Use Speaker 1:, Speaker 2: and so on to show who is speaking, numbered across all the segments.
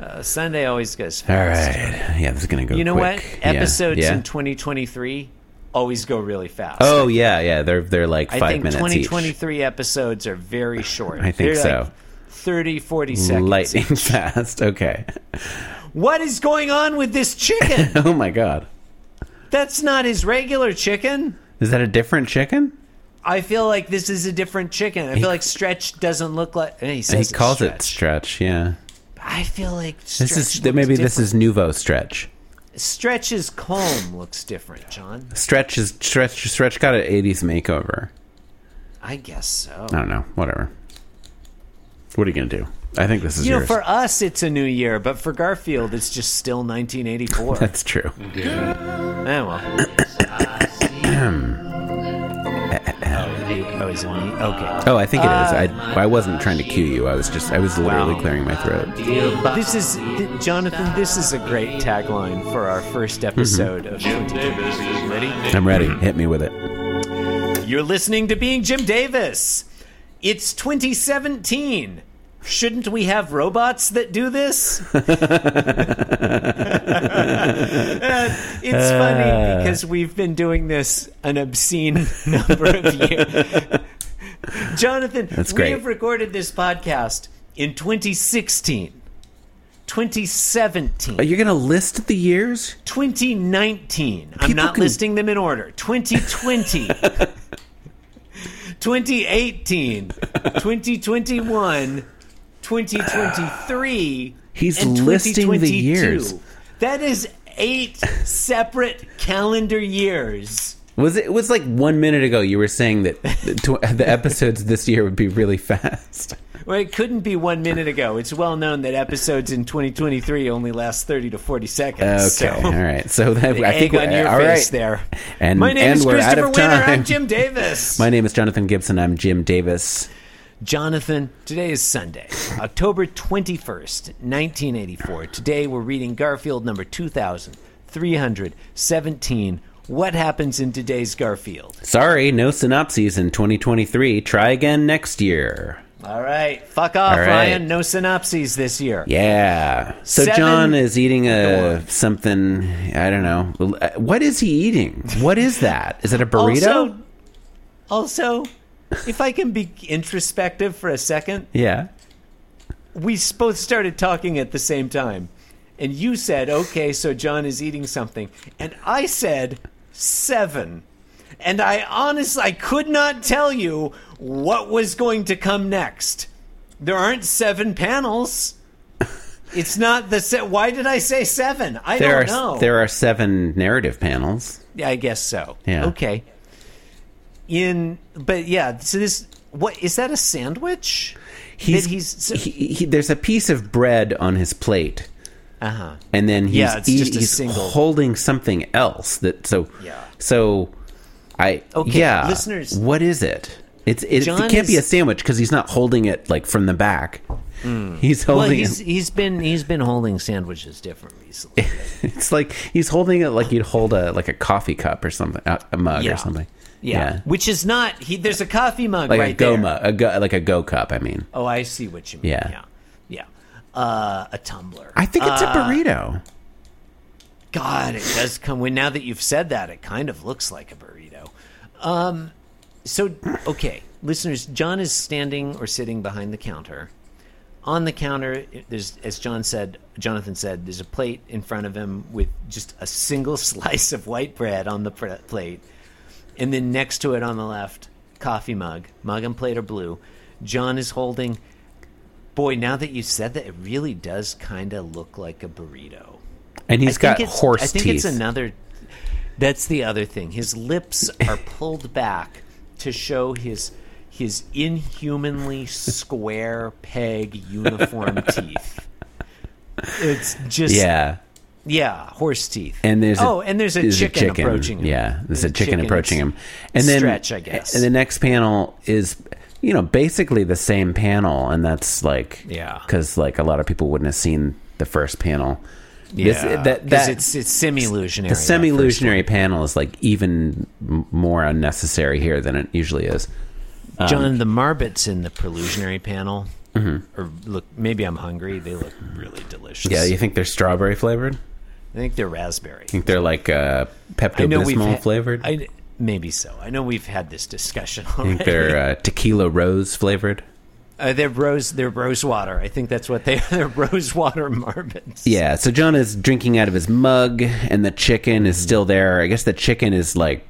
Speaker 1: Uh, Sunday always goes
Speaker 2: All
Speaker 1: fast.
Speaker 2: right. Yeah, this is gonna go.
Speaker 1: You know
Speaker 2: quick.
Speaker 1: what?
Speaker 2: Yeah,
Speaker 1: Episodes
Speaker 2: yeah.
Speaker 1: in 2023 always go really fast.
Speaker 2: Oh yeah, yeah. They're they're like
Speaker 1: I
Speaker 2: five
Speaker 1: think
Speaker 2: minutes
Speaker 1: 2023 episodes are very short.
Speaker 2: I think
Speaker 1: They're
Speaker 2: so.
Speaker 1: Like 30, 40
Speaker 2: each.
Speaker 1: seconds.
Speaker 2: Lightning fast. Okay.
Speaker 1: What is going on with this chicken?
Speaker 2: Oh my god.
Speaker 1: That's not his regular chicken.
Speaker 2: Is that a different chicken?
Speaker 1: I feel like this is a different chicken. I feel like Stretch doesn't look like. and He,
Speaker 2: He
Speaker 1: says it's
Speaker 2: calls it
Speaker 1: Stretch.
Speaker 2: stretch. Yeah.
Speaker 1: I feel like Stretch
Speaker 2: This is
Speaker 1: looks
Speaker 2: maybe this
Speaker 1: different.
Speaker 2: is nouveau stretch.
Speaker 1: Stretch's comb looks different, John.
Speaker 2: Stretch is stretch. Stretch got an '80s makeover.
Speaker 1: I guess so.
Speaker 2: I don't know. Whatever. What are you gonna do? I think this is
Speaker 1: You know,
Speaker 2: yours.
Speaker 1: for us, it's a new year, but for Garfield, it's just still 1984.
Speaker 2: That's true.
Speaker 1: oh, well. oh, is it me? Okay.
Speaker 2: Oh, I think it is. I I wasn't trying to cue you. I was just I was literally
Speaker 1: Wow.
Speaker 2: clearing my throat.
Speaker 1: This is, th- Jonathan, this is a great tagline for our first episode of 2023. Ready?
Speaker 2: I'm ready. Hit me with it.
Speaker 1: You're listening to Being Jim Davis. It's 2017. Shouldn't we have robots that do this? Uh, it's
Speaker 2: Uh.
Speaker 1: funny because we've been doing this an obscene number of years. Jonathan,
Speaker 2: That's
Speaker 1: we
Speaker 2: great.
Speaker 1: have recorded this podcast in 2016, 2017,
Speaker 2: Are you gonna list the years?
Speaker 1: 2019. I'm
Speaker 2: People
Speaker 1: not
Speaker 2: can-
Speaker 1: listing them in order. 2020. 2018, 2021, 2023.
Speaker 2: He's
Speaker 1: and
Speaker 2: listing the
Speaker 1: 2022.
Speaker 2: years.
Speaker 1: That is eight separate calendar years.
Speaker 2: Was it, it was like one minute ago you were saying that the, tw- the episodes this year would be really fast.
Speaker 1: Well, it couldn't be one minute ago. It's well known that episodes in 2023 only last 30 to 40
Speaker 2: Okay,
Speaker 1: seconds. so-
Speaker 2: all right. So that, I think
Speaker 1: Egg on your
Speaker 2: all
Speaker 1: face
Speaker 2: right.
Speaker 1: there.
Speaker 2: And-
Speaker 1: My name
Speaker 2: and
Speaker 1: is
Speaker 2: we're out
Speaker 1: Christopher
Speaker 2: of
Speaker 1: Winter.
Speaker 2: time.
Speaker 1: I'm Jim Davis.
Speaker 2: My name is Jonathan Gibson. I'm Jim Davis.
Speaker 1: Jonathan, today is Sunday, October 21st, 1984. Today we're reading Garfield number 2317. What happens in today's Garfield?
Speaker 2: Sorry, no synopses in 2023. Try again next year.
Speaker 1: All right, fuck off,
Speaker 2: All right.
Speaker 1: Ryan. No synopses this year.
Speaker 2: Yeah. So
Speaker 1: Seven-
Speaker 2: John is eating a something. I don't know. What is he eating? What is that? Is it a burrito?
Speaker 1: Also, also, if I can be introspective for a second,
Speaker 2: yeah.
Speaker 1: we s- both started talking at the same time. And you said, okay, so John is eating something. And I said, seven. And I honestly, I could not tell you what was going to come next. There aren't seven panels. It's not the set. Why did I say seven? I
Speaker 2: There
Speaker 1: don't
Speaker 2: are
Speaker 1: know.
Speaker 2: there are seven narrative panels.
Speaker 1: Yeah, I guess so.
Speaker 2: Yeah.
Speaker 1: Okay. In, but yeah, so this, what, is that a sandwich?
Speaker 2: He's,
Speaker 1: That he's-
Speaker 2: he, he, there's a piece of bread on his plate,
Speaker 1: Uh huh.
Speaker 2: and then he's,
Speaker 1: Yeah, it's
Speaker 2: eat-
Speaker 1: just a
Speaker 2: he's
Speaker 1: single-
Speaker 2: holding something else. That so
Speaker 1: Yeah.
Speaker 2: so I
Speaker 1: Okay,
Speaker 2: yeah
Speaker 1: listeners-
Speaker 2: What is it? It's it,
Speaker 1: John
Speaker 2: it can't be
Speaker 1: is-
Speaker 2: a sandwich because he's not holding it like from the back. He's holding
Speaker 1: Hmm. Well, he's,
Speaker 2: it,
Speaker 1: he's been he's been holding sandwiches different recently.
Speaker 2: it's like he's holding it like you'd hold a like a coffee cup or something, uh, a, a mug
Speaker 1: Yeah.
Speaker 2: or something.
Speaker 1: which is not he. There's a coffee mug
Speaker 2: like
Speaker 1: right
Speaker 2: a go
Speaker 1: there.
Speaker 2: mug, a go, like a go cup. I mean,
Speaker 1: Oh, I see what you mean.
Speaker 2: Yeah.
Speaker 1: yeah, yeah. Uh, a tumbler.
Speaker 2: I think it's
Speaker 1: Uh,
Speaker 2: a burrito.
Speaker 1: God, it does come when now that you've said that, it kind of looks like a burrito. Um, so okay, listeners, John is standing or sitting behind the counter. On the counter, there's as John said, Jonathan said, there's a plate in front of him with just a single slice of white bread on the pr- plate, and then next to it on the left, coffee mug, mug and plate are blue. John is holding. Boy, now that you said that, it really does kind of look like a burrito.
Speaker 2: And
Speaker 1: He's
Speaker 2: he's got horse
Speaker 1: I think
Speaker 2: teeth.
Speaker 1: it's another. That's the other thing. His lips are pulled back to show his his inhumanly square peg uniform teeth. It's just yeah,
Speaker 2: yeah.
Speaker 1: horse teeth.
Speaker 2: And there's
Speaker 1: oh, and there's a
Speaker 2: there's
Speaker 1: chicken, approaching him.
Speaker 2: Yeah, there's, a chicken, approaching him. And then
Speaker 1: Stretch, I guess.
Speaker 2: And the next panel is, you know, basically the same panel, and that's like,
Speaker 1: Yeah.
Speaker 2: because like a lot of people wouldn't have seen the first panel. This-
Speaker 1: Yeah,
Speaker 2: that
Speaker 1: 'cause
Speaker 2: that
Speaker 1: it's it's semi illusionary.
Speaker 2: the semi illusionary panel is like even m- more unnecessary here than it usually is. um,
Speaker 1: John the Marbot's in the prelusionary panel. Or look, maybe I'm hungry. They look really delicious.
Speaker 2: Mm-hmm. Yeah, you think they're strawberry flavored?
Speaker 1: I think they're raspberry.
Speaker 2: think they're like uh,
Speaker 1: I
Speaker 2: Pepto
Speaker 1: know we've
Speaker 2: Bismol
Speaker 1: had-
Speaker 2: flavored? I
Speaker 1: I, maybe so. I know we've had this discussion already.
Speaker 2: think they're uh, tequila rose flavored.
Speaker 1: Uh, they're rose. They're rose water. I think that's what they are. They're rose water marmots.
Speaker 2: Yeah, so John is drinking out of his mug, and the chicken
Speaker 1: Mm.
Speaker 2: is still there. I guess the chicken is like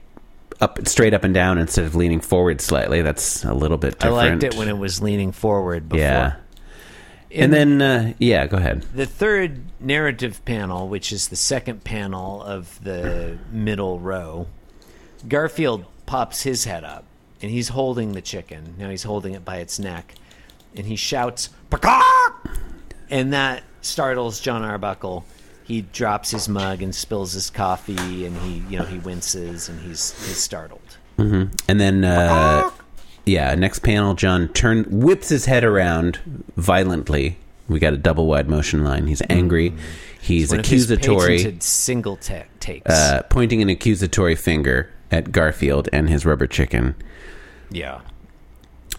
Speaker 2: up straight up and down instead of leaning forward slightly. That's a little bit
Speaker 1: I liked
Speaker 2: different.
Speaker 1: it when it was leaning forward. Before.
Speaker 2: yeah,
Speaker 1: In
Speaker 2: and then uh, yeah, go ahead.
Speaker 1: the third narrative panel, which is the second panel of the middle row, Garfield pops his head up and he's holding the chicken. Now he's holding it by its neck and he shouts, Peacock! And that startles John Arbuckle. He drops his mug and spills his coffee and he, you know, he winces and he's, he's startled.
Speaker 2: And then, uh, yeah, next panel, John turn whips his head around violently. We got a double wide motion line. He's angry. He's
Speaker 1: Mm. One of his
Speaker 2: accusatory,
Speaker 1: patented single ta- takes.
Speaker 2: uh, pointing an accusatory finger at Garfield and his rubber chicken.
Speaker 1: yeah.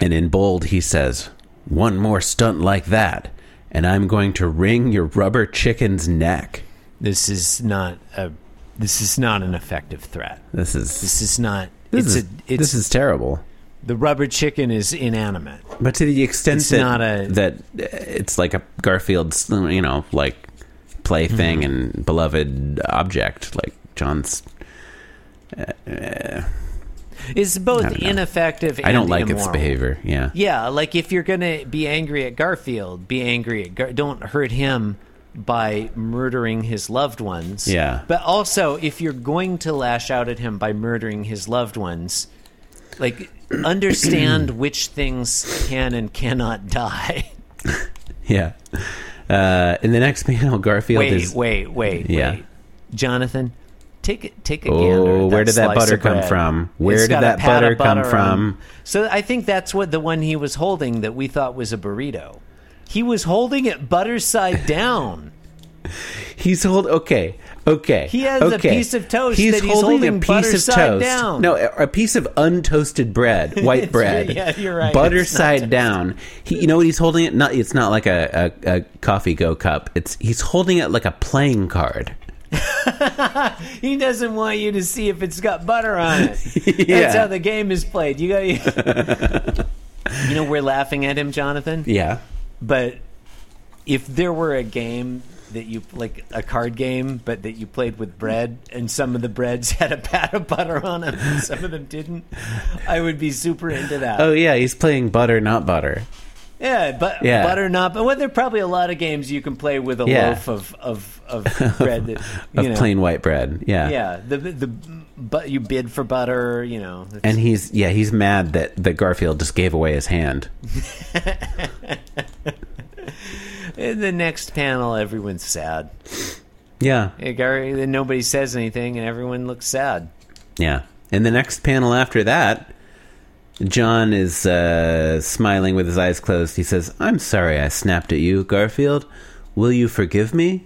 Speaker 2: And in bold, he says, "One more stunt like that, and I'm going to wring your rubber chicken's neck."
Speaker 1: This is not a, this is not an effective threat.
Speaker 2: This is this,
Speaker 1: This is not. it's
Speaker 2: is
Speaker 1: a. It's
Speaker 2: this is terrible.
Speaker 1: the rubber chicken is inanimate.
Speaker 2: But to the extent
Speaker 1: It's
Speaker 2: that
Speaker 1: not a-
Speaker 2: that uh, it's like a Garfield's, you know, like plaything and beloved object, like John's.
Speaker 1: It's both
Speaker 2: don't know.
Speaker 1: ineffective. And
Speaker 2: I don't like its
Speaker 1: immoral.
Speaker 2: behavior. Yeah.
Speaker 1: Yeah, like if you're gonna be angry at Garfield, be angry at. Gar- don't hurt him by murdering his loved ones.
Speaker 2: Yeah.
Speaker 1: But also, if you're going to lash out at him by murdering his loved ones, like understand which things can and cannot die.
Speaker 2: yeah. Uh, in the next panel, Garfield
Speaker 1: Wait,
Speaker 2: is.
Speaker 1: wait, wait.
Speaker 2: Yeah.
Speaker 1: Wait. Jonathan, take a- take a gander.
Speaker 2: Oh,
Speaker 1: at
Speaker 2: where did that
Speaker 1: slice
Speaker 2: butter
Speaker 1: of
Speaker 2: come
Speaker 1: bread.
Speaker 2: from?
Speaker 1: It's
Speaker 2: Where did
Speaker 1: got a
Speaker 2: that
Speaker 1: pat
Speaker 2: butter
Speaker 1: of
Speaker 2: come
Speaker 1: on
Speaker 2: from?
Speaker 1: it. So I think that's what the one he was holding that we thought was a burrito. He was holding it butter side down.
Speaker 2: He's hold okay, okay.
Speaker 1: He has a
Speaker 2: okay.
Speaker 1: piece of toast that he's holding butter side down.
Speaker 2: No, a a piece of untoasted bread, white bread.
Speaker 1: yeah, you're right.
Speaker 2: Butter
Speaker 1: It's not
Speaker 2: side down. He, you know what he's holding it? Not. It's not like a, a, a coffee go cup. It's he's holding it like a playing card.
Speaker 1: He doesn't want you to see if it's got butter on it.
Speaker 2: Yeah.
Speaker 1: That's how the game is played. You got You know we're laughing at him, Jonathan.
Speaker 2: Yeah.
Speaker 1: but if there were a game that you like a card game but that you played with bread and some of the breads had a pat of butter on them and some of them didn't i would be super into that
Speaker 2: Oh yeah, he's playing butter, not butter.
Speaker 1: yeah but
Speaker 2: yeah.
Speaker 1: butter not but well, there are probably a lot of games you can play with a
Speaker 2: Yeah.
Speaker 1: loaf of of of bread that
Speaker 2: Of
Speaker 1: you know
Speaker 2: plain white bread. Yeah.
Speaker 1: yeah the the but you bid for butter you know it's-
Speaker 2: And he's yeah he's mad that that Garfield just gave away his hand.
Speaker 1: in eh, the next panel everyone's sad
Speaker 2: Yeah.
Speaker 1: Hey, Gary, then nobody says anything and everyone looks sad
Speaker 2: Yeah. And the next panel after that, John is uh, smiling with his eyes closed. He says, I'm sorry I snapped at you, Garfield. Will you forgive me?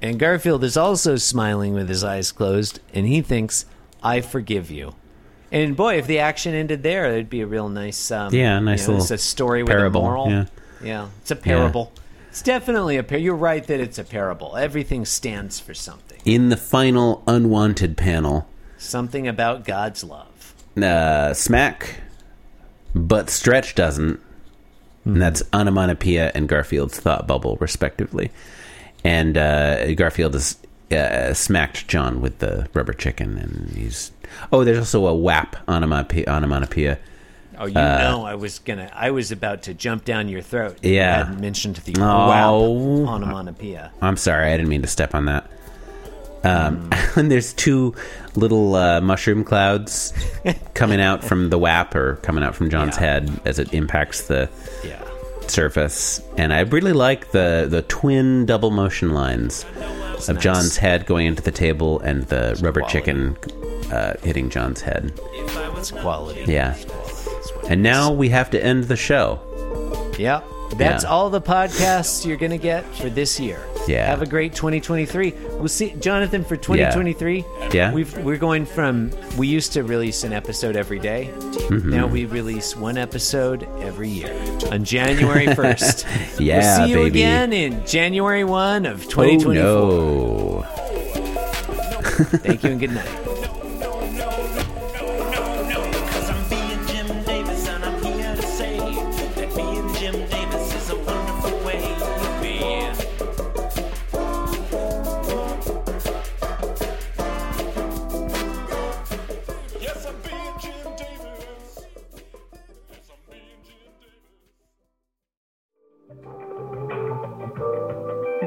Speaker 1: And Garfield is also smiling with his eyes closed, and he thinks, I forgive you. And boy, if the action ended there, it'd be a real nice, um,
Speaker 2: Yeah, nice
Speaker 1: you know,
Speaker 2: little
Speaker 1: it's a story
Speaker 2: parable,
Speaker 1: with a moral.
Speaker 2: yeah.
Speaker 1: Yeah, it's a parable. It's definitely a par. You're right that it's a parable. Everything stands for something.
Speaker 2: In the final unwanted panel,
Speaker 1: Something about God's love.
Speaker 2: uh, smack, but Stretch doesn't. And that's onomatopoeia and Garfield's thought bubble, respectively. And uh, Garfield has uh, smacked John with the rubber chicken, and he's oh, there's also a whap onomatopoeia. onomatopoeia.
Speaker 1: Oh, you
Speaker 2: Uh,
Speaker 1: know, I was gonna, I was about to jump down your throat. if
Speaker 2: Yeah.
Speaker 1: I hadn't mentioned the
Speaker 2: Oh.
Speaker 1: wow onomatopoeia.
Speaker 2: I'm sorry, I didn't mean to step on that. Um, And there's two little uh, mushroom clouds coming out from the WAP or coming out from John's
Speaker 1: Yeah.
Speaker 2: head as it impacts the
Speaker 1: Yeah,
Speaker 2: surface. And I really like the the twin double motion lines of
Speaker 1: nice.
Speaker 2: John's head going into the table and the rubber
Speaker 1: quality.
Speaker 2: chicken uh, hitting John's head.
Speaker 1: it's quality.
Speaker 2: Uh, Yeah.
Speaker 1: It's quality. It's what it
Speaker 2: And
Speaker 1: is.
Speaker 2: now we have to end the show.
Speaker 1: yeah. That's
Speaker 2: Yeah.
Speaker 1: all the podcasts you're going to get for this year.
Speaker 2: Yeah.
Speaker 1: Have a great 2023. We'll see, Jonathan, for 2023.
Speaker 2: Yeah.
Speaker 1: We've, we're going from, we used to release an episode every day.
Speaker 2: Mm-hmm.
Speaker 1: Now we release one episode every year on January 1st.
Speaker 2: Yeah,
Speaker 1: We'll see you
Speaker 2: baby.
Speaker 1: again in January 1 of
Speaker 2: Oh
Speaker 1: 2024.
Speaker 2: no.
Speaker 1: Thank you and good night.
Speaker 3: Cause I'm being Jim Davis and I'm here to say that being Jim Davis is a wonderful way to be. Yes, I'm being Jim Davis. Yes, I'm being Jim Davis.